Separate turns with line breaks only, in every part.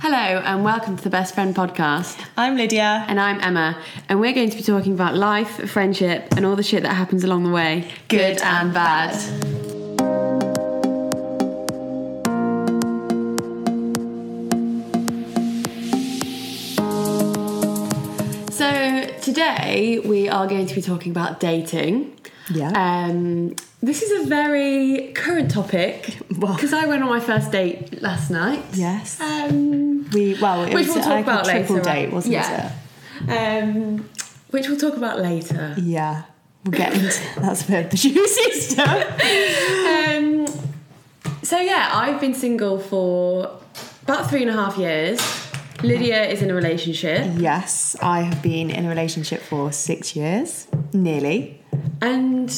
Hello, and welcome to the Best Friend Podcast.
I'm Lydia.
And I'm Emma, and we're going to be talking about life, friendship, and all the shit that happens along the way
Good and
bad. So, today we are going to be talking about dating.
Yeah.
Um, this is a very current topic
Well-
because I went on my first date last night.
Yes.
Um,
We well, it
which
was
we'll talk
like
about
a triple
later.
date, wasn't
yeah. Um, which we'll talk about later.
it? Yeah. We'll get into that's a bit of the juicy stuff.
Um, so yeah, I've been single for about three and a half years. Lydia is in a relationship,
Yes, I have been in a relationship for six years, nearly.
and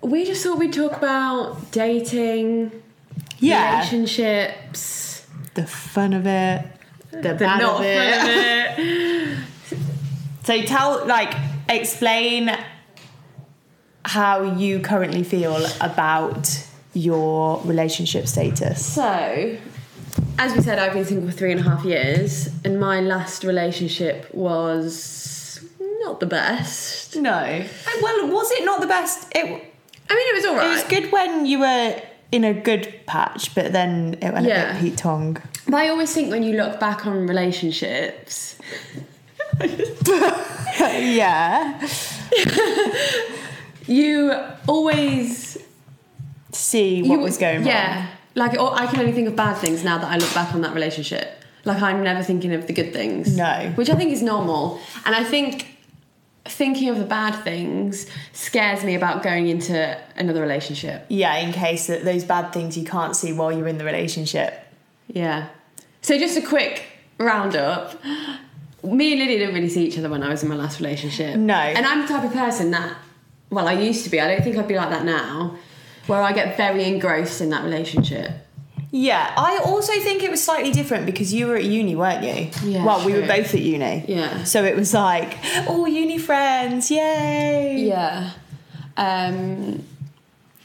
we just thought we'd talk about dating,
Yeah,
relationships,
the fun of it, the,
the
bad
not
of it.
fun of it.
So tell, like, explain how you currently feel about your relationship status.
So, as we said, I've been single for three and a half years, and my last relationship was not the best.
No. Well, was it not the best? It
I mean, it was alright.
It was good when you were in a good patch, but then it went a
Yeah.
bit Pete Tong.
But I always think when you look back on relationships,
yeah.
you always
See what
you-
was going wrong.
Yeah, like or I can only think of bad things now that I look back on that relationship. Like I'm never thinking of the good things.
No.
which I think is normal, and I think thinking of the bad things scares me about going into another relationship.
Yeah, in case that those bad things you can't see while you're in the relationship.
Yeah. So just a quick roundup. Me and Lydia didn't really see each other when I was in my last relationship.
No.
And I'm the type of person that, well, I used to be. I don't think I'd be like that now, where I get very engrossed in that relationship.
Yeah, I also think it was slightly different because you were at uni, weren't you?
Yeah,
Well, we
true.
were both at uni.
Yeah.
So it was like, oh, uni friends, yay!
Yeah. Um,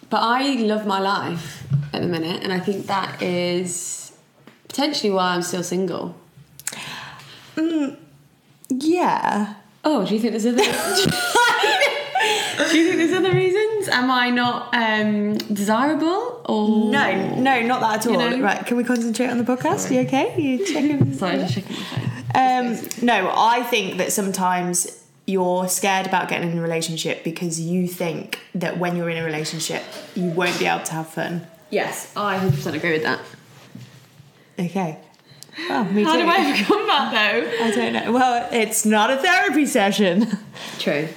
but I love my life at the minute, and I think that is potentially why I'm still single.
Yeah.
Oh, do you think there's other? do you think there's other reasons? Am I not um, desirable? Or
No, no, not that at all.
know-
Right, can we concentrate on the podcast? You okay? You checking?
Sorry, just checking my phone.
Um, no, I think that sometimes you're scared about getting in a relationship because you think that when you're in a relationship, you won't be able to have fun.
Yes, I 100% agree with that.
Okay. Oh, me
How
too.
do I overcome that
I don't know. Well, it's not a therapy session,
though? True.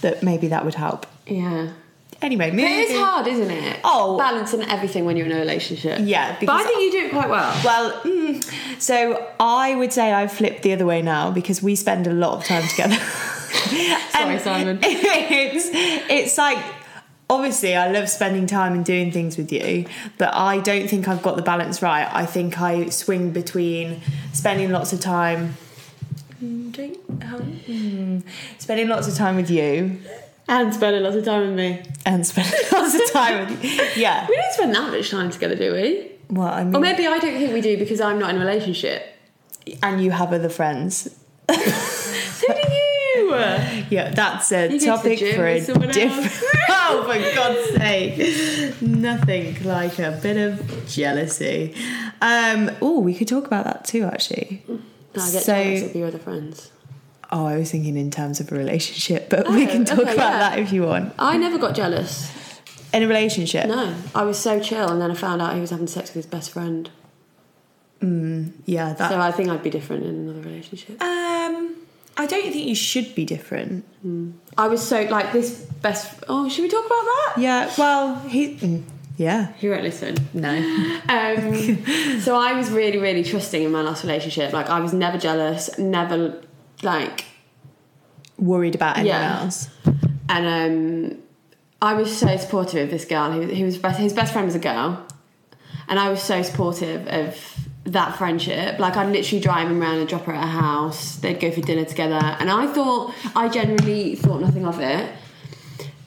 but maybe that would help.
Yeah.
Anyway,
But
moving.
it is hard, isn't it?
Oh.
Balancing everything when you're in a relationship.
Yeah,
But I
because-
think you do it quite well.
Well, mm, so I would say I've flipped the other way now because we spend a lot of time together.
Sorry,
And
Simon.
It's, it's like, obviously, I love spending time and doing things with you, but I don't think I've got the balance right. I think I swing between spending lots of time. Mm, Spending lots of time with you
And spending lots of time with me.
and spending lots of time with you. Yeah.
We don't spend that much time together, do we?
Well, I mean,
Or maybe I don't think we do because I'm not in a relationship.
and you have other friends.
So do you!
Yeah, that's a
You go to the
topic
gym
for a
with someone else.
different. oh, for God's sake! Nothing like a bit of jealousy. Um, oh, we could talk about that too, actually.
No, I get
So-
jealous of your other friends.
Oh, I was thinking in terms of a relationship, but we can talk
Oh, okay,
about
yeah.
that if you want.
I never got jealous.
In a relationship,
No, I was so chill, and then I found out he was having sex with his best friend.
yeah, that.
So I think I'd be different in another relationship.
um, I don't think you should be different.
I was so like this best. Oh, should we talk about that?
Yeah. Well, he. mm, yeah.
He won't listen.
No.
Um, so I was really, really trusting in my last relationship. Like I was never jealous, never like,
Worried about anyone
Yeah.
else.
and um, I was so supportive of this girl. Who, who was best, his best friend was a girl, and I was so supportive of that friendship. Like I'd literally drive him around and drop her at her house. They'd go for dinner together, and I thought I genuinely thought nothing of it.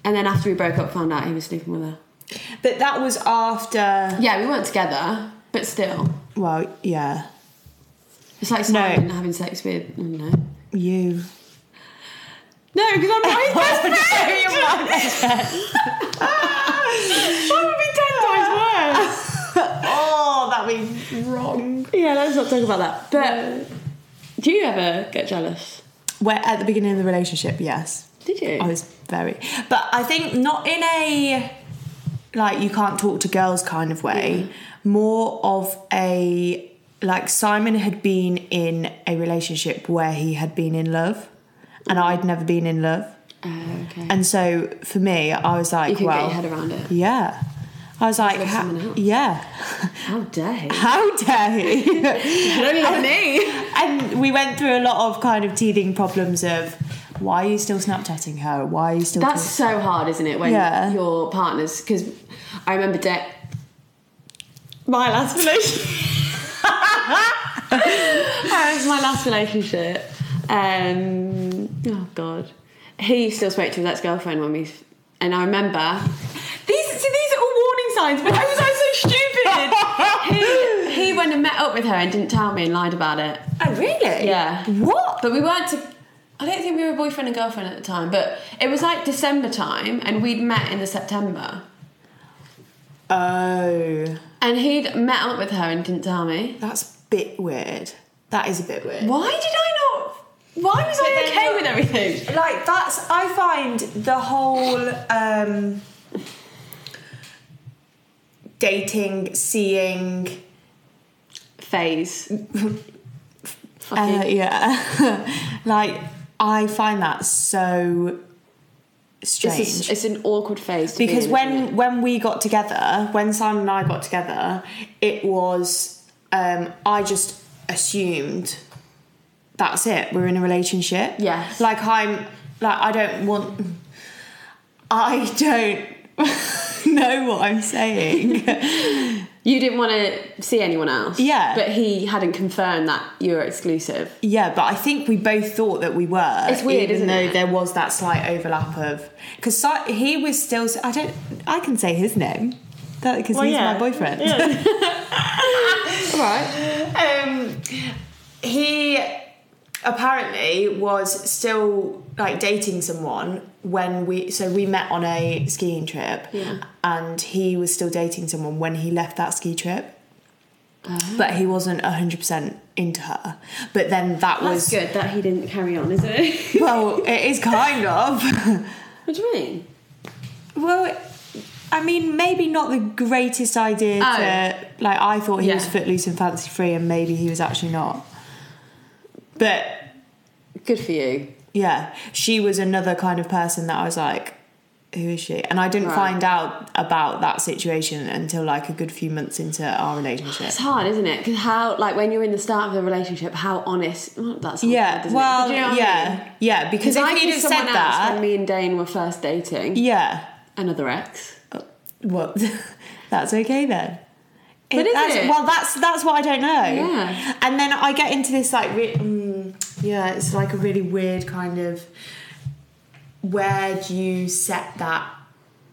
And then after we broke up, found out he was sleeping with her.
But that was after.
Yeah, we weren't together, but still.
Well, yeah.
It's like Simon having sex with I don't know.
You.
No, because I'm not his best friend.
That would be ten times worse. oh, that would be wrong.
Yeah, let's not talk about that. But do you ever get jealous?
Where at the beginning of the relationship, yes.
Did you?
I was very, but I think not in a like you can't talk to girls kind of way. More of a like Simon had been in a relationship where he had been in love, and I'd never been in love,
Oh, okay.
and so for me, I was like,
you can
well,
get your head around it.
yeah. I was like,
Love
ha-
someone else.
yeah,
How dare he?
how dare he?
Don't look at me.
and we went through a lot of kind of teething problems of why are you still Snapchatting her? Why are you still?
That's so hard, isn't it? When
Yeah.
your partners, because I remember De- my last relationship. that was my last relationship. Um, oh God, he still spoke to his ex-girlfriend when we, and I remember these. See, these are all warning signs. But I was like so stupid. he, he went and met up with her and didn't tell me and lied about it.
Oh really?
Yeah.
What?
But we weren't. To, I don't think we were boyfriend and girlfriend at the time, but it was like December time, and we'd met in the September.
Oh,
And he'd met up with her and didn't tell me.
that's a bit weird. That is a bit weird.
Why did I not? Why was I
then
okay
you're-
with everything?
Like that's I find the whole um dating, seeing,
Phase.
uh,
Fucking.
yeah. like I find that so strange.
it's, a- it's an awkward phase. To be
because
in, isn't
when when we got together, when Simon and I got together, it was um, I just assumed that's it. We're in a relationship.
Yes.
Like I'm like I don't want. I don't know what I'm saying.
it? you didn't want to see anyone else.
Yeah.
But he hadn't confirmed that you were exclusive.
yeah, but I think we both thought that we were.
It's weird,
even
isn't
though
it?
there was that slight overlap of because si- he was still. I don't. I can say his name. Because he's
yeah.
my boyfriend.
All right.
um, he apparently was still like dating someone when we so we met on a skiing trip
Yeah.
and he was still dating someone when he left that ski trip but he wasn't 100% into her but then that
That's
was
good that he didn't carry on, is it?
well it is kind of
what do you mean?
well i mean maybe not the greatest idea
Oh.
to like i thought he was
Yeah.
footloose and fancy free and maybe he was actually not but
Good for you.
yeah she was another kind of person that i was like who is she and i didn't
Right.
find out about that situation until like a good few months into our relationship
It's hard, isn't it? Because how, like, when you're in the start of the relationship, how honest? Well, that's
yeah
does
well yeah yeah because
Because
if
I
he'd
knew
have said
someone else
that
when me and Dane were first dating.
yeah
Another ex.
well that's okay then
But is
that's,
it?
well that's that's what i don't know
Yeah.
and then i get into this like re- mm, yeah it's like a really weird kind of where do you set that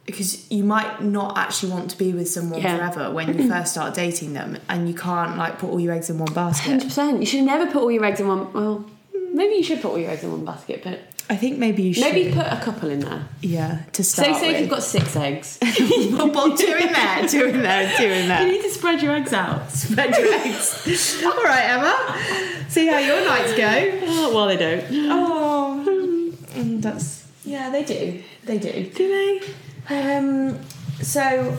because you might not actually want to be with someone
Yeah.
forever when you first start dating them and you can't like put all your eggs in one
Hundred
basket
percent. You should never put all your eggs in one. Well, maybe you should put all your eggs in one basket, but
i think maybe you should
maybe put a couple in there.
yeah to
So,
start
say if
with.
you've got six eggs,
well, two in there two in there two in
you
there
need to spread your eggs out.
spread your eggs all right emma see how your nights go
Oh, well, they don't.
Oh, mm, that's yeah, they do, they do.
Do they?
Um, so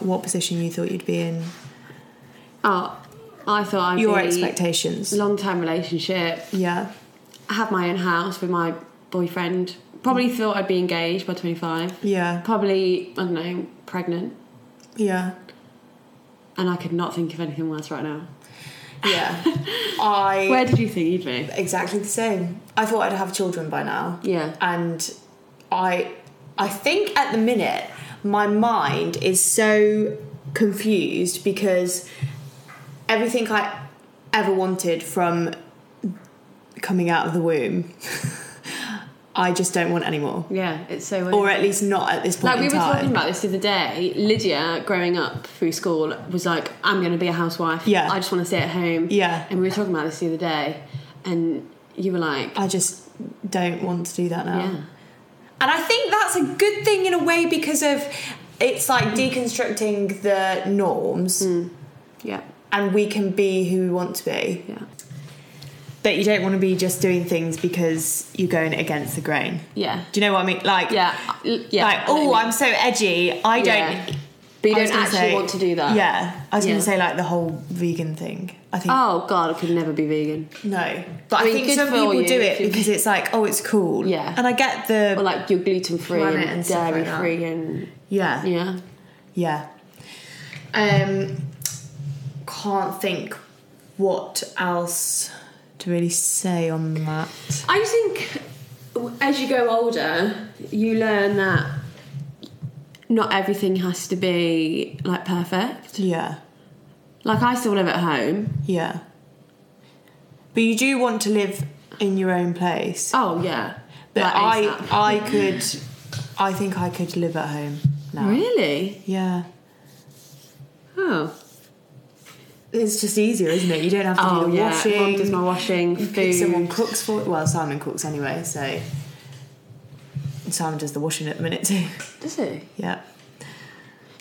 what position you thought you'd be in?
Oh, I thought I'd
Your
be
expectations?
long-term relationship.
Yeah.
I have my own house with my boyfriend. Probably thought I'd be engaged by 25.
Yeah,
Probably, I don't know, pregnant.
yeah.
And I could not think of anything worse right now.
Yeah. I
Where did you think you'd be?
exactly the same. I thought I'd have children by now.
Yeah.
And I I think at the minute my mind is so confused because everything I ever wanted from coming out of the womb I just don't want anymore.
Yeah, it's so weird.
Or at least not at this point
like we
in
were
time.
talking about this the other day. Lydia, growing up through school, was like, "I'm going to be a housewife.
Yeah.
I just want to stay at home."
Yeah.
And we were talking about this the other day, and you were like,
I just don't want to do that now.
"Yeah,
And I think that's a good thing in a way because of it's like deconstructing the norms
Hmm. yeah,
and we can be who we want to be.
yeah,
But you don't want to be just doing things because you're going against the grain.
yeah,
Do you know what I mean? Like
yeah, l- yeah."
like, oh, I'm so edgy. I
Yeah.
don't
But you
I
don't
was gonna
actually
say-
want to do that.
Yeah. I was
Yeah.
gonna say like the whole vegan thing. I think
Oh God, I could never be vegan.
no. But I,
I mean,
think
good
some
for
people
you
do
if
it
you-
because it's like, oh it's cool.
Yeah.
And I get the
Or like you're gluten free
Planet
and,
and stuff
dairy
like that.
free and
yeah.
yeah.
Yeah. Um, can't think what else to really say on that.
I just think as you go older, you learn that not everything has to be like perfect.
Yeah.
Like I still live at home.
Yeah. But you do want to live in your own place.
Oh yeah,
but
Like ASAP.
I, I could, I think I could live at home now.
really
Yeah.
oh
It's just easier, isn't it? You don't have to
oh
do the
yeah.
washing.
Mum does my washing,
You pick-
food.
Someone cooks for Well, Simon cooks anyway, so Simon does the washing at the minute too.
Does he?
Yeah.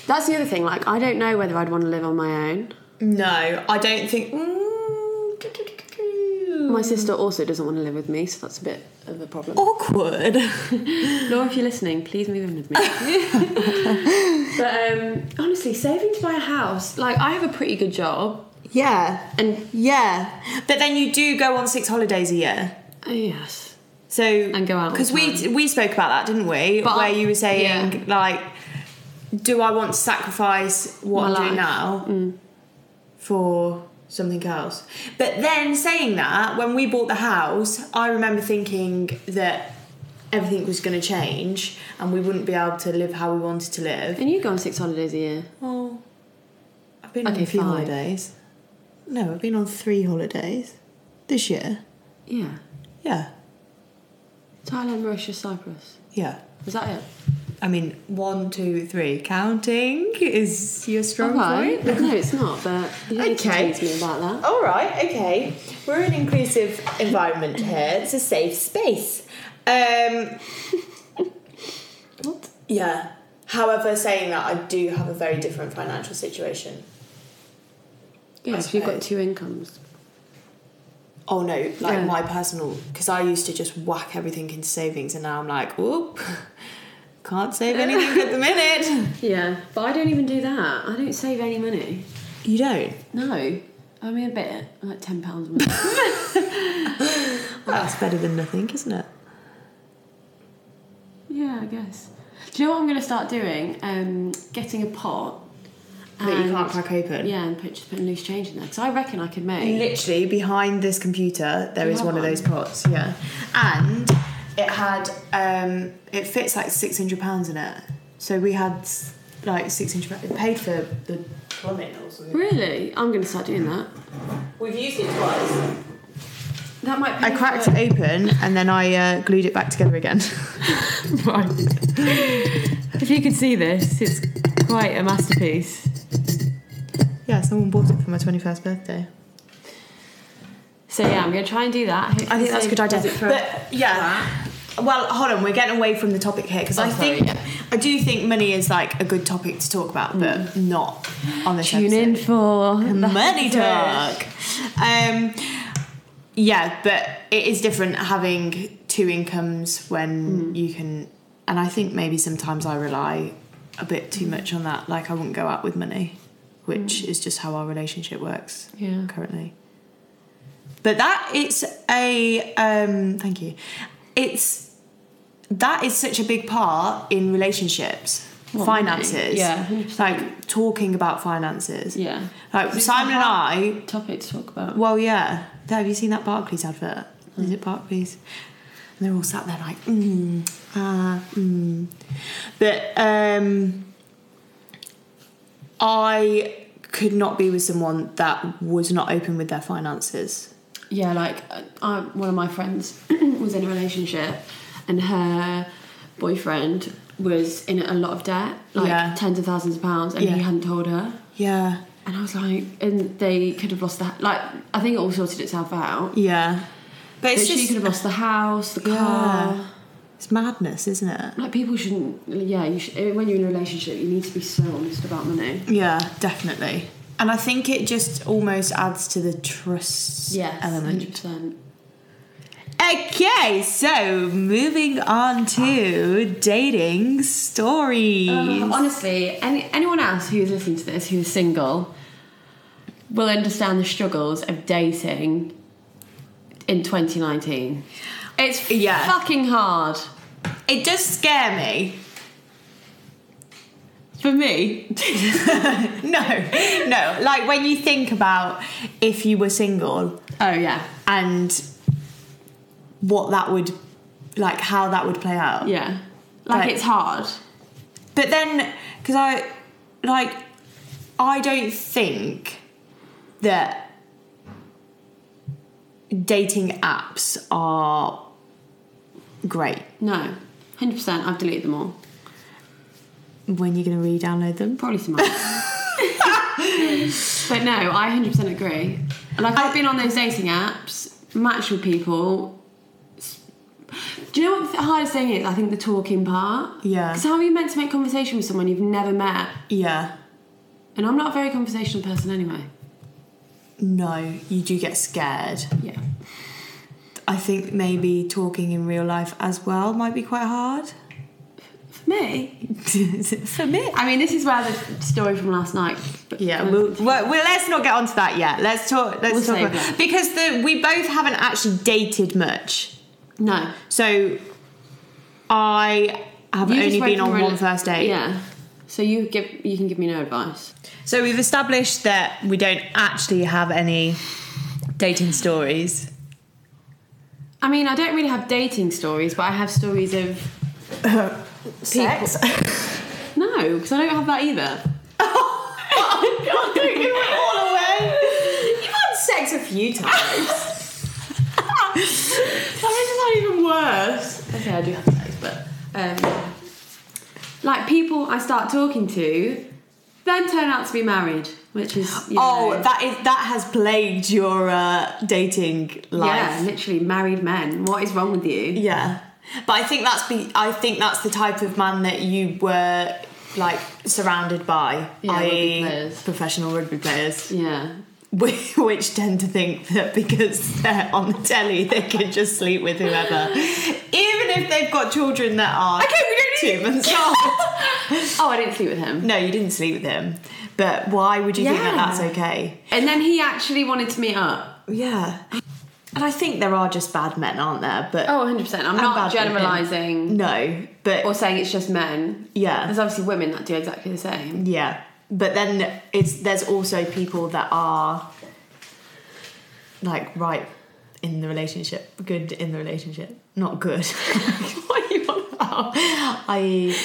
That's the other thing. Like I don't know whether I'd want to live on my own.
No, I don't think. Mm, do, do, do, do, do.
My sister also doesn't want to live with me, so that's a bit of a problem.
Awkward.
Laura, if you're listening, please move in with me. but um, honestly, saving to buy a house, like I have a pretty good job,
yeah,
and
yeah. But then you do go on six holidays a year.
oh, yes,
So and
go out all
because
the
we we spoke about that, didn't we?
But
Where
I-
you were saying like, do I want to sacrifice what
My
I'm doing
life. Mm.
now for something else? But then saying that, when we bought the house, I remember thinking that everything was going to change and we wouldn't be able to live how we wanted to live.
and you go on six holidays a year.
Well, I've been on
Okay,
a few
five.
holidays. No, I've been on three holidays this year.
Yeah,
Yeah,
Thailand, Mauritius, Cyprus.
yeah.
Was that it?
I mean, one, two, three. Counting is your strong
Alright.
point.
No, it's not. But you don't need to
Okay.
tease me about that.
All right, okay. We're an inclusive environment here. It's a safe space. Um,
What?
yeah. However, saying that, I do have a very different financial situation.
Yeah,
I
so you've got
suppose.
two incomes.
Oh no, like
Yeah.
my personal, because I used to just whack everything into savings and now I'm like, whoop, can't save anything at the minute.
Yeah, but I don't even do that. I don't save any money.
You don't?
No, I mean a bit, like ten pounds a month.
That's better than nothing, isn't it?
yeah, I guess. Do you know what I'm going to start doing? Um, getting a pot.
That you
and-
can't crack open.
Yeah, and put, just putting loose change in there because I reckon I could make.
Literally behind this computer, there is
have
one of
one?
those pots. Yeah, and it had um, it fits like six hundred pounds in it. So we had s- like six hundred. It paid for the plumbing or something.
Really, I'm going to start doing that.
We've used it twice.
That might.
I
pay
cracked
for-
it open and then I uh, glued it back together again. right.
If you could see this, it's quite a masterpiece.
Yeah, someone bought it for my twenty-first birthday.
So yeah, I'm going to try and do that.
I think that's a good idea.
Deposit for-
But yeah. Well, hold on, we're getting away from the topic here because
Oh,
I
sorry,
think
yeah.
I do think money is like a good topic to talk about, but not on this
Mm. Tune in for the
episode. money
episode.
talk. Um, yeah, but it is different having two incomes
Mm.
when you can, and I think maybe sometimes I rely a bit too much on that. Like I wouldn't go out with money, which is just how our relationship works
Mm. Yeah.
currently. But that it's a um thank you. It's that is such a big part in relationships. finances.
Yeah, 100%.
Like talking about finances.
Yeah.
Like
It's
Simon
a
and I.
Topic to talk about.
Well, yeah. Have you seen that Barclays advert?
Hmm.
Is it Barclays? And they're all sat there like, mm, ah, mm. But um, I could not be with someone that was not open with their finances.
Yeah, like uh, I, one of my friends was in a relationship, and her boyfriend was in a lot of debt, like
Yeah.
tens of thousands of pounds, and
Yeah.
he hadn't told her.
Yeah.
And I was like, and they could have lost that. Like, I think it all sorted itself out.
Yeah. But
But
it's
she
just,
could have lost the house, the car.
Yeah. it's madness, isn't it?
Like people shouldn't. Yeah, you should, when you're in a relationship, you need to be so honest about money.
Yeah, definitely. And I think it just almost adds to the trust
Yes,
element.
hundred percent.
Okay, so moving on to dating stories.
Uh, honestly, any, anyone else who's listening to this who's single will understand the struggles of dating in 2019. It's
Yeah.
fucking hard.
it does scare me.
For me,
No, no. Like when you think about if you were single
oh yeah,
and what that would, like how that would play out.
yeah. Like
Like-
it's hard.
But then, because I, like, I don't think that dating apps are great.
No, hundred percent. I've deleted them all.
When you're going to re-download them?
Probably smart. but no, I 100% agree. Like, I've been on those dating apps, matched with people. S- Do you know what the hardest thing is? I think the talking part.
Yeah.
Because how are you meant to make conversation with someone you've never met?
Yeah.
And I'm not a very conversational person anyway.
No, you do get scared.
Yeah.
I think maybe talking in real life as well might be quite hard.
For me?
For me.
I mean, this is where the story from last night. but-
Yeah, we'll, well, well, let's not get onto that yet. Let's talk. Let's
We'll
talk
save
about-
that.
because the, we both haven't actually dated much.
No.
So I have
You've
only
just
been
went from
on
a-
one first date.
Yeah. So you give you can give me no advice.
So we've established that we don't actually have any dating stories.
I mean, I don't really have dating stories, but I have stories of
Sex.
No, because I don't have that either.
Oh God, don't give it all away. You've had sex a few times.
That makes it sound even worse. Okay, I do have sex, but um, like people I start talking to, then turn out to be married, which is you
Oh,
know,
that is that has plagued your uh, dating
yeah,
life.
literally married men. What is wrong with
Yeah.
you?
But I think that's be I think that's the type of man that you were like surrounded by,
Yeah, rugby
i.e.
players.
professional rugby players.
Yeah,
Wh- which tend to think that because they're on the telly, they can just sleep with whoever, even if they've got children that are
Okay,
two months old.
Oh, I didn't sleep with him.
no, you didn't sleep with him, but why would you think that
Yeah.
that's okay?
And then he actually wanted to meet up.
Yeah, and I think there are just bad men, aren't there? But
Oh, 100%. I'm
and
not
bad women.
generalising
No, but
or saying it's just men.
yeah,
There's obviously women that do exactly the same.
Yeah, but then it's there's also people that are like right in the relationship, good in the relationship, not good. what are you on about? I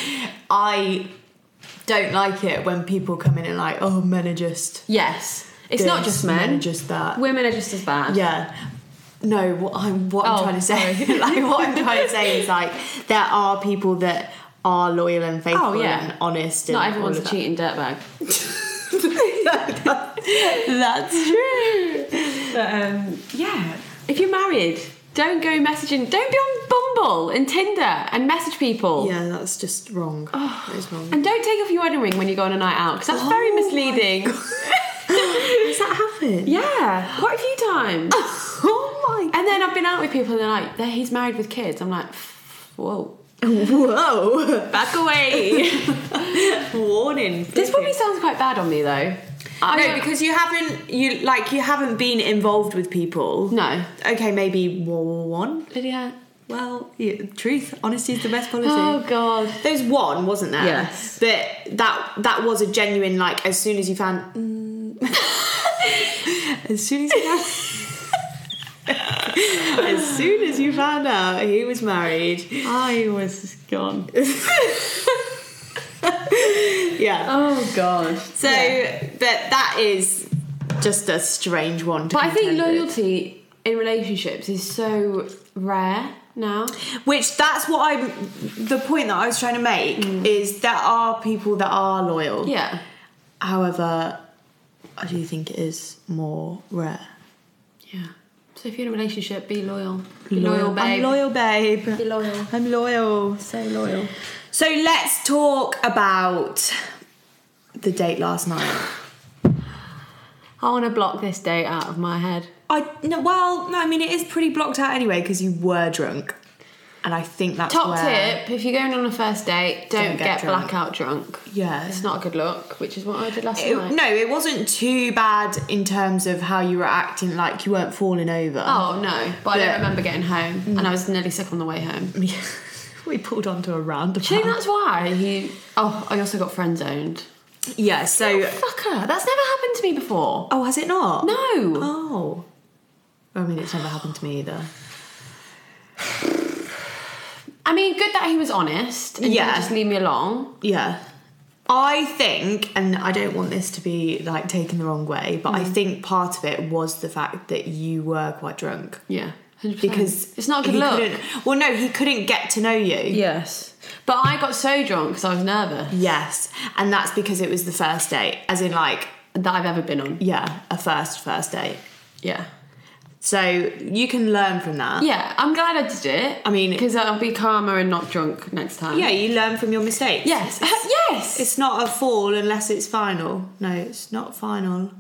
I don't like it when people come in and like, oh, men are just
Yes. It's
this,
not just men.
men are just that.
Women are just as bad.
Yeah. No, what I'm what I'm
Oh,
trying to say, like what I'm trying to say is like there are people that are loyal and faithful
Oh, yeah.
and honest. And
Not
all
everyone's
of
a
that.
cheating dirtbag.
That's true.
But um, yeah, if you're married, don't go messaging. Don't be on Bumble and Tinder and message people.
Yeah, that's just wrong. that is wrong.
And don't take off your wedding ring when you go on a night out because that's very
Oh my
misleading.
Does that happen?
yeah, quite a few times.
Oh
and then I've been out with people and they're like, "There- he's married with kids. I'm like, whoa,
Whoa.
back away.
Warning.
this probably sounds quite bad on me though.
No, because you haven't you like you haven't been involved with people.
no,
Okay, maybe one.
Lydia,
Well, yeah, truth, honesty is the best policy.
Oh god.
There's one, wasn't there?
Yes.
But that that was a genuine like. As soon as you found, mm. as soon as you found, as soon as you found out he was married,
I was gone.
yeah.
Oh god.
So, but that is just a strange one. To
But I think
contend with.
loyalty in relationships is so rare now.
which that's what I'm. The point that I was trying to make is there are people that are loyal.
Mm. Yeah.
However, I do think it is more rare.
Yeah. So if you're in a relationship, be loyal. Be loyal, babe.
I'm loyal, babe.
Be loyal.
I'm loyal.
So loyal.
So let's talk about the date last night.
I want to block this date out of my head.
I no, well, no, I mean it is pretty blocked out anyway because you were drunk, and I think that's
Top
where,
tip: if you're going on a first date, don't,
Don't
get,
get drunk.
blackout drunk.
Yeah,
It's not a good look, which is what I did last
It-
night.
no, it wasn't too bad in terms of how you were acting, like you weren't falling over.
Oh no! But I
Yeah.
don't remember getting home, and I was nearly sick on the way home. Do
we pulled onto a roundabout.
you think that's why he? Oh, I also got friend zoned.
yeah, so
Fucker! That's never happened to me before.
oh, has it not?
No.
Oh, I mean, it's never happened to me either.
I mean, good that he was honest and
Yeah.
didn't just leave me along.
Yeah. I think, and I don't want this to be like taken the wrong way, but I
Hmm.
think part of it was the fact that you were quite drunk
Yeah, 100%.
because
it's not a good
he
look.
couldn't- Well, no, he couldn't get to know you.
Yes, but I got so drunk because I was nervous
Yes, and that's because it was the first date, as in like
that I've ever been on.
yeah, a first first date.
Yeah,
So you can learn from that.
yeah. I'm glad I did it.
I mean-
because I'll be calmer and not drunk next time.
Yeah, Uh, you learn from your mistakes.
Yes. yes.
It's not a fall unless it's final. No, it's not final.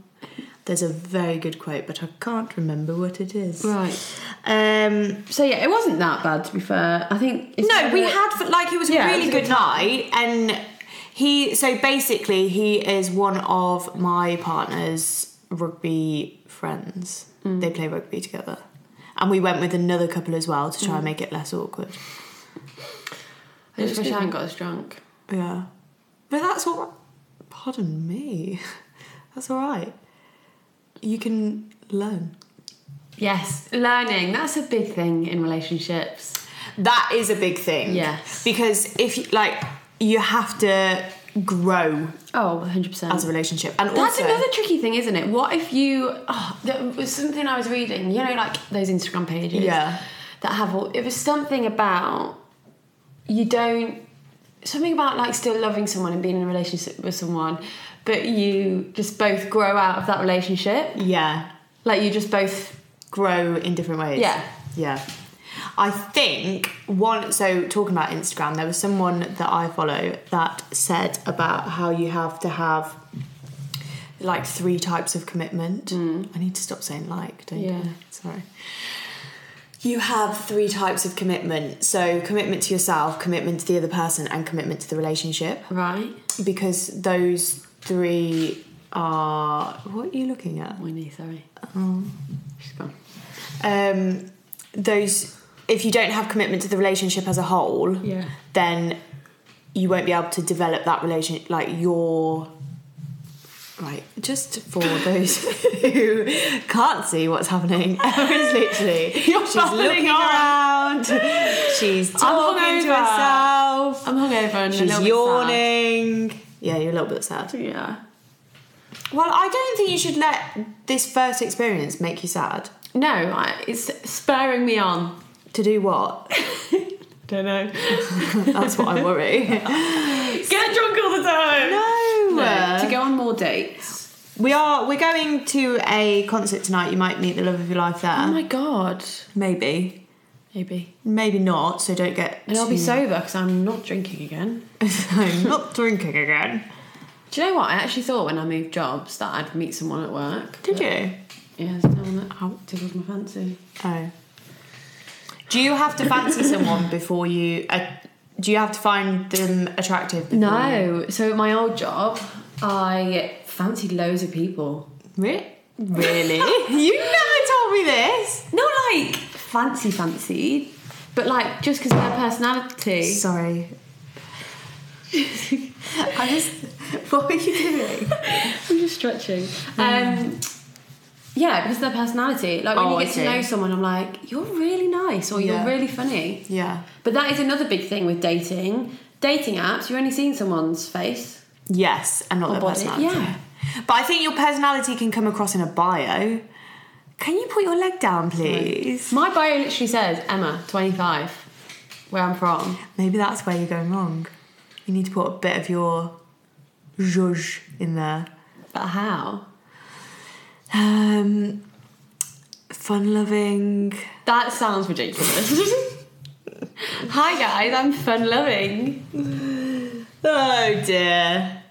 There's a very good quote, but I can't remember what it is.
right.
Um,
So yeah, it wasn't that bad to be fair. I think it's
no,
never-
we had like it was a
Yeah, it
really
was a
good,
good
night, and he. So basically, he is one of my partner's rugby friends.
Mm.
They play rugby together, and we went with another couple as well to try
Mm.
and make it less awkward.
I just wish I hadn't got as drunk.
Yeah. But that's all. Pardon me. That's all right. You can learn.
Yes, learning. That's a big thing in relationships.
That is a big thing.
Yes.
Because if you, like you have to grow
Oh, 100%.
as a relationship, and
That's
also
another tricky thing, isn't it? What if you? Oh, that was something I was reading. You know, like those Instagram pages.
Yeah.
That have all. It was something about you don't. Something about like still loving someone and being in a relationship with someone, but you just both grow out of that relationship.
yeah,
Like you just both.
grow in different ways.
Yeah.
Yeah. I think one so talking about Instagram, there was someone that I follow that said about how you have to have like three types of commitment. I need to stop saying like, don't
Mm. Yeah.
I? Sorry. You have three types of commitment. So commitment to yourself, commitment to the other person, and commitment to the relationship.
Right.
Because those three are what are you looking at?
Winnie, sorry. Oh. She's gone.
um, those if you don't have commitment to the relationship as a whole,
Yeah.
then you won't be able to develop that relation like your right just for those who can't see what's happening Emma's literally she's
following
looking around she's talking to
hungover.
herself
I'm hungover and a little
she's
bit sad.
yawning yeah you're a little bit sad
Yeah.
well I don't think you should let this first experience make you sad
No, I, it's spurring me on.
to do what
Don't know.
That's what I worry.
Get drunk all the time.
no.
No, to go on more dates.
we are we're going to a concert tonight. You might meet the love of your life there.
Oh my god.
Maybe.
Maybe.
Maybe not, so don't get
And I'll be
too-
sober because I'm not drinking again.
I'm not drinking again.
Do you know what? I actually thought when I moved jobs that I'd meet someone at work.
Did you?
Yeah, there's no one that out tickles my fancy.
Oh. Do you have to fancy someone before you uh, do you have to find them attractive? Before you-
No. So at my old job, I fancied loads of people.
Really? Really? you never told me this.
Not like fancy, fancy, But like, just because their personality.
Sorry.
I just,
What were you doing? Hmm.
I'm just stretching. Um, yeah, because their personality. Like when
Oh,
you
I
get
see.
to know someone, I'm like, you're really nice, or
Yeah.
you're really funny.
Yeah.
But that is another big thing with dating. Dating apps, you're only seeing someone's face.
Yes, and not
Or
their
body,
personality.
yeah.
But I think your personality can come across in a bio. Can you put your leg down, please?
My bio literally says Emma, 25, where I'm from.
Maybe that's where you're going wrong. You need to put a bit of your zhuzh in there.
But how?
Um, fun loving.
That sounds ridiculous. Hi guys, I'm fun loving.
Oh dear.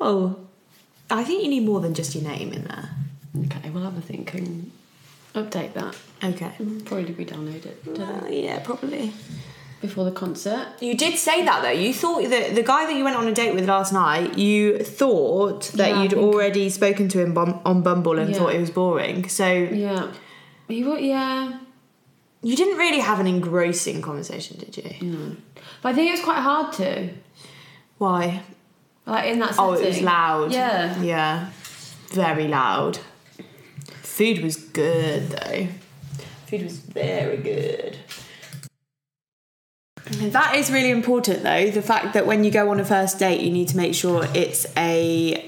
Oh, I think you need more than just your name in there.
Okay, we'll have a think and update that.
Okay.
Probably be downloaded today
Well, Oh, yeah, probably.
before the concert.
You did say that though. You thought that the guy that you went on a date with last night, you thought that
Yeah, I
you'd
think-
already spoken to him bum- on Bumble and
Yeah.
thought it was boring. So
Yeah. He would, yeah.
you didn't really have an engrossing conversation, did you?
But I think it was quite hard to,
Why?
like in that setting.
Oh, it was loud.
Yeah.
Yeah. Very loud. Food was good though. Food was very good. That is really important though, the fact that when you go on a first date, you need to make sure it's a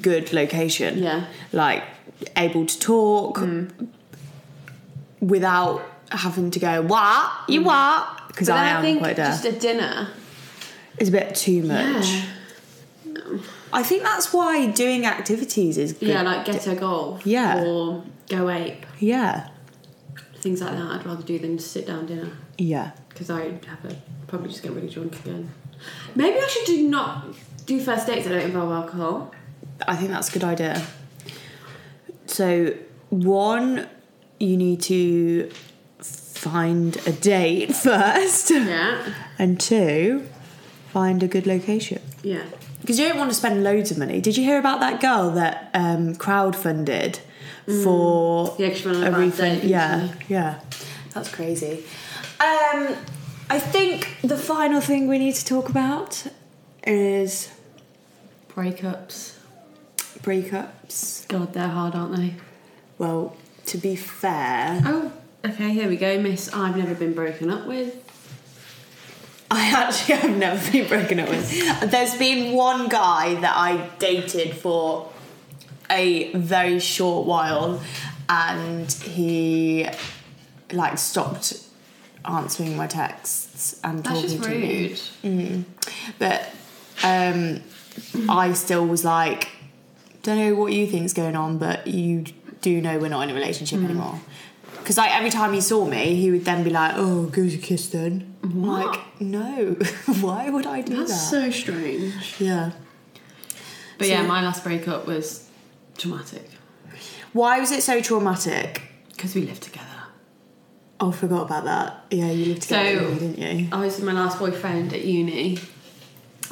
good location.
Yeah.
Like able to talk without having to go, what? You what? Because
But
Mm. I
then I,
am
think
quite there.
just a dinner.
It's a bit too much.
Yeah.
I think that's why doing activities is good.
Yeah, like get a goal.
Yeah.
Or go ape.
yeah,
Things like that. I'd rather do than just sit down dinner.
yeah.
because I have a, probably just get really drunk again. Maybe I should do not do first dates that don't involve alcohol.
I think that's a good idea. So, one, you need to find a date first,
Yeah,
and two, find a good location.
yeah.
Because you don't want to spend loads of money. Did you hear about that girl that um, crowdfunded Mm. for
Yeah, 'cause she went on a bad
refund?
date,
Yeah,
didn't
yeah. That's crazy. Um, I think the final thing we need to talk about is
Breakups.
breakups.
God, they're hard, aren't they?
Well, to be fair,
Oh, okay. Here we go, Miss. I've never been broken up with.
I actually have never been broken up with. There's been one guy that I dated for a very short while, and he like stopped answering my texts and
That's
talking
just
to me.
rude.
But um, I still was like, don't know what you think's going on, but you do know we're not in a relationship
Mm.
anymore. Because like every time he saw me, he would then be like, "Oh, give us a kiss then." I'm Like, no, why would I do
That's
that?
so strange.
yeah.
But yeah, my last breakup was traumatic
Why was it so traumatic?
because we lived together.
Oh, I forgot about that. Yeah, you lived
So-
together, didn't you?
I was with my last boyfriend at uni.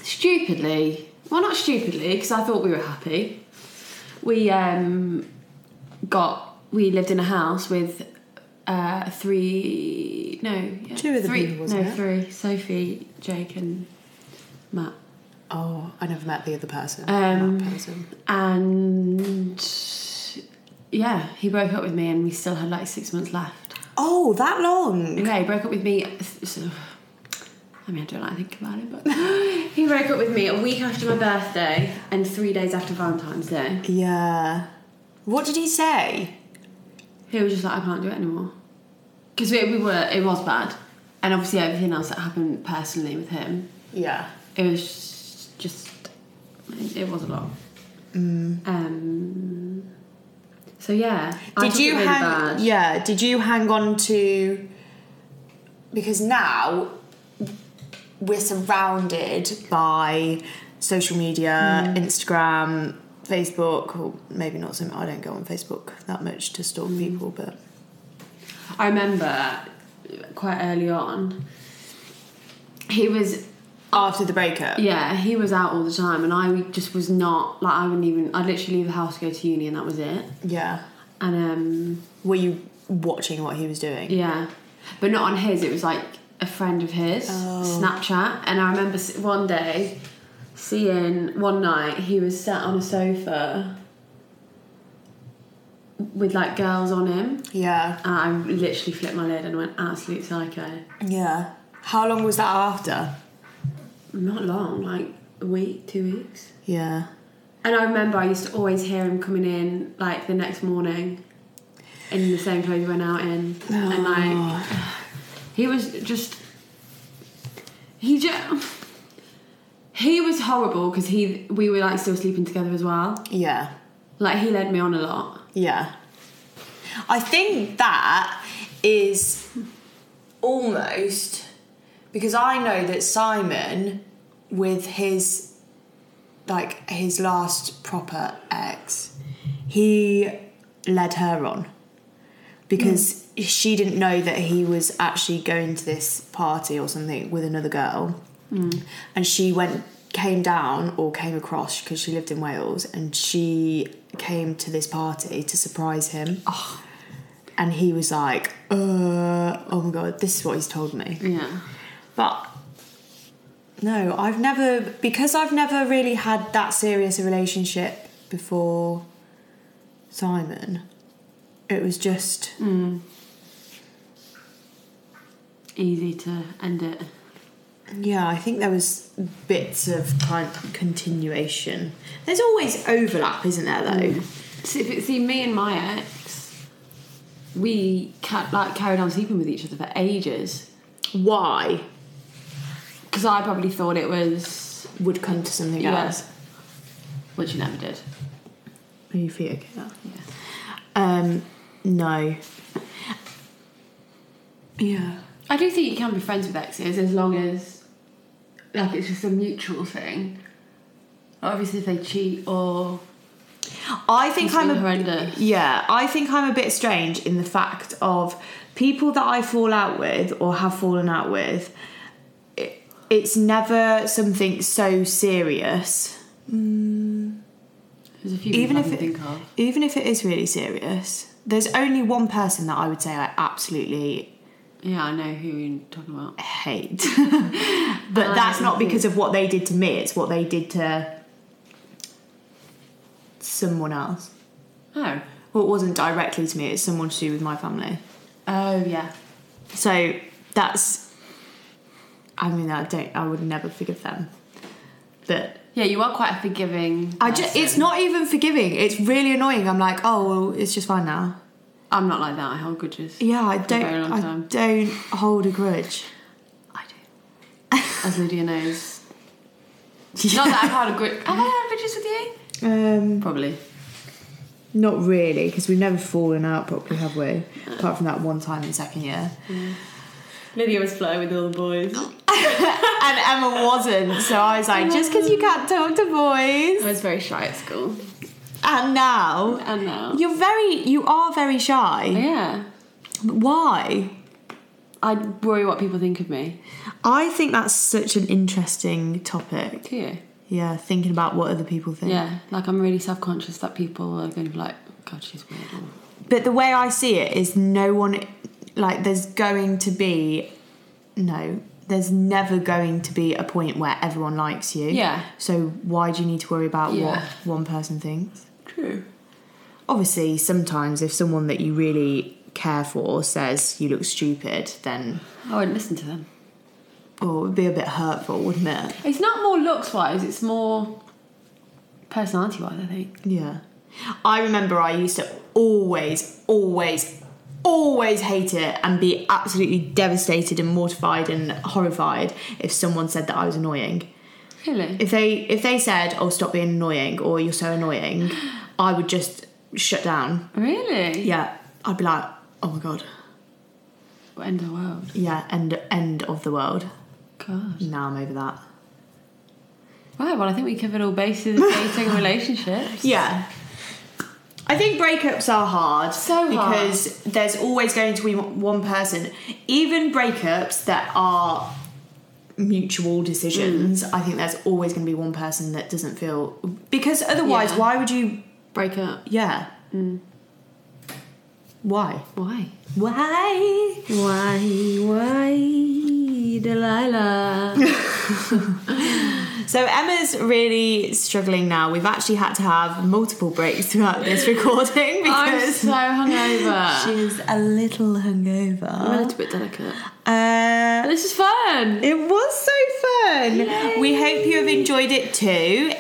Stupidly, well, not stupidly, because I thought we were happy. We um, got we lived in a house with uh, three no yeah,
Two of the
three
people,
no
wasn't it?
three Sophie, Jake, and Matt.
Oh, I never met the other person.
Um,
that person.
And yeah, he broke up with me, and we still had like six months left.
Oh, that long.
Okay, he broke up with me. So, I mean, I don't like to think about it, but he broke up with me a week after my birthday and three days after Valentine's Day.
Yeah. What did he say?
He was just like, I can't do it anymore because we, we were it was bad, and obviously everything else that happened personally with him,
Yeah.
it was just it, it was a lot.
Mm.
Um. So yeah, I
did
took it
you
really
hang
bad.
yeah did you hang on to because now we're surrounded by social media
Mm.
instagram facebook or maybe not so much i don't go on facebook that much to
Mm.
stalk people but
I remember quite early on. He was
after the breakup
Yeah, he was out all the time, and I just was not like I wouldn't even. I'd literally leave the house to go to uni, and that was it.
yeah
And um,
were you watching what he was doing
yeah, but not on his. It was like a friend of his Snapchat, and I remember s- one day seeing one night he was sat on a sofa with like girls on him.
Yeah.
And I literally flipped my lid and went absolute psycho.
Yeah. How long was that after?
Not long, like a week, two weeks.
Yeah.
And I remember I used to always hear him coming in like the next morning in the same clothes he went out in. And like he was just he just he was horrible because he we were like still sleeping together as well.
Yeah.
Like he led me on a lot.
Yeah. I think that is almost because I know that Simon with his like his last proper ex he led her on because she didn't know that he was actually going to this party or something with another girl and she went came down or came across because she lived in Wales and she came to this party to surprise him and he was like uh, oh my god this is what he's told me
Yeah.
but no, I've never because I've never really had that serious a relationship before Simon. It was just
Easy to end it.
yeah, I think there was bits of kind continuation. There's always overlap, isn't there though?
See, if it- see me and my ex, we ca- like carried on sleeping with each other for ages
Why
because I probably thought it was
would come to something
yes,
else?
which you never did.
Are you feel okay? now? Um no. Yeah.
I do think you can be friends with exes as long as like it's just a mutual thing. Obviously, if they cheat or
I think
It's
I'm
been
a,
horrendous.
Yeah, I think I'm a bit strange in the fact of people that I fall out with or have fallen out with. It, it's never something so serious,
there's a few people
Even
I
if
can
it-
think of.
even if it is really serious. There's only one person that I would say I absolutely
Yeah, I know who you're talking about.
hate, but that's not because of what they did to me. It's what they did to someone else.
Oh,
Well, it wasn't directly to me. It's someone to do with my family.
oh yeah.
So that's, I mean, I don't, I would never forgive them. But
Yeah, you are quite a forgiving.
I just, it's
person.
not even forgiving. It's really annoying. I'm like, oh, well, it's just fine now.
I'm not like that. I hold grudges.
Yeah, I
a very
don't,
long
I
time.
don't hold a grudge.
I do. As Lydia knows. Not that I've had a grudge. Have I had grudges with you?
Um,
Probably.
not really, because we've never fallen out properly, have we? Apart from that one time in second year.
Lydia was flirting with all the boys.
and Emma wasn't, so I was like, just because you can't talk to
I
boys.
was very shy at school.
And now,
And now.
you're very, you are very shy.
Yeah.
Why?
I worry what people think of me.
I think that's such an interesting topic.
Do you?
Yeah, thinking about what other people think.
Yeah. Like, I'm really self conscious that people are going to be like, God, she's weird.
But the way I see it is no one, like, there's going to be, no, there's never going to be a point where everyone likes you.
Yeah.
So why do you need to worry about what
Yeah.
one person thinks?
True.
Obviously, sometimes if someone that you really care for says you look stupid, then,
I wouldn't listen to them.
oh, it would be a bit hurtful, wouldn't it?
It's not more looks wise, it's more personality wise, I think.
Yeah. I remember I used to always, always, always hate it and be absolutely devastated and mortified and horrified if someone said that I was annoying.
Really?
If they if they said, "Oh, stop being annoying," or "You're so annoying," I would just shut down.
really?
Yeah, I'd be like, "Oh my god,
End of the world.
yeah, end end of the world."
God.
Now I'm over that.
Right, well, I think we covered all bases of dating and relationships.
Yeah. I think breakups are hard.
So hard.
Because there's always going to be one person. Even breakups that are mutual decisions, I think there's always going to be one person that doesn't feel. Because otherwise,
Yeah.
why would you.
Break up.
Yeah. Why?
Why?
Why?
Why?
Why?
Delilah.
So Emma's really struggling now. We've actually had to have multiple breaks throughout this recording
I'm
because
so hungover.
she was a little
I'm a
hungover.
little bit delicate.
Uh,
This is fun.
It was so fun. We hope you have enjoyed it too.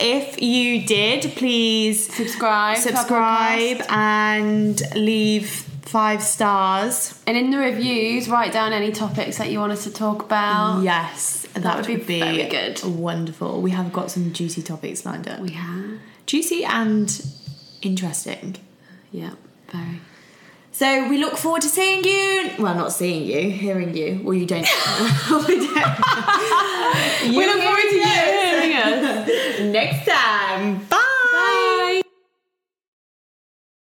If you did, please
Subscribe. to our
subscribe
podcast.
and leave five stars.
And in the reviews, write down any topics that you want us to talk about.
Yes, that,
Oh, would be very good.
Wonderful. We have got some juicy topics lined up.
We have.
Juicy and interesting.
Yeah, very.
So we look forward to seeing you. Well, not seeing you, hearing you. Well, you don't. we don't.
We look forward to you
hearing
hearing us.
us next time. Bye.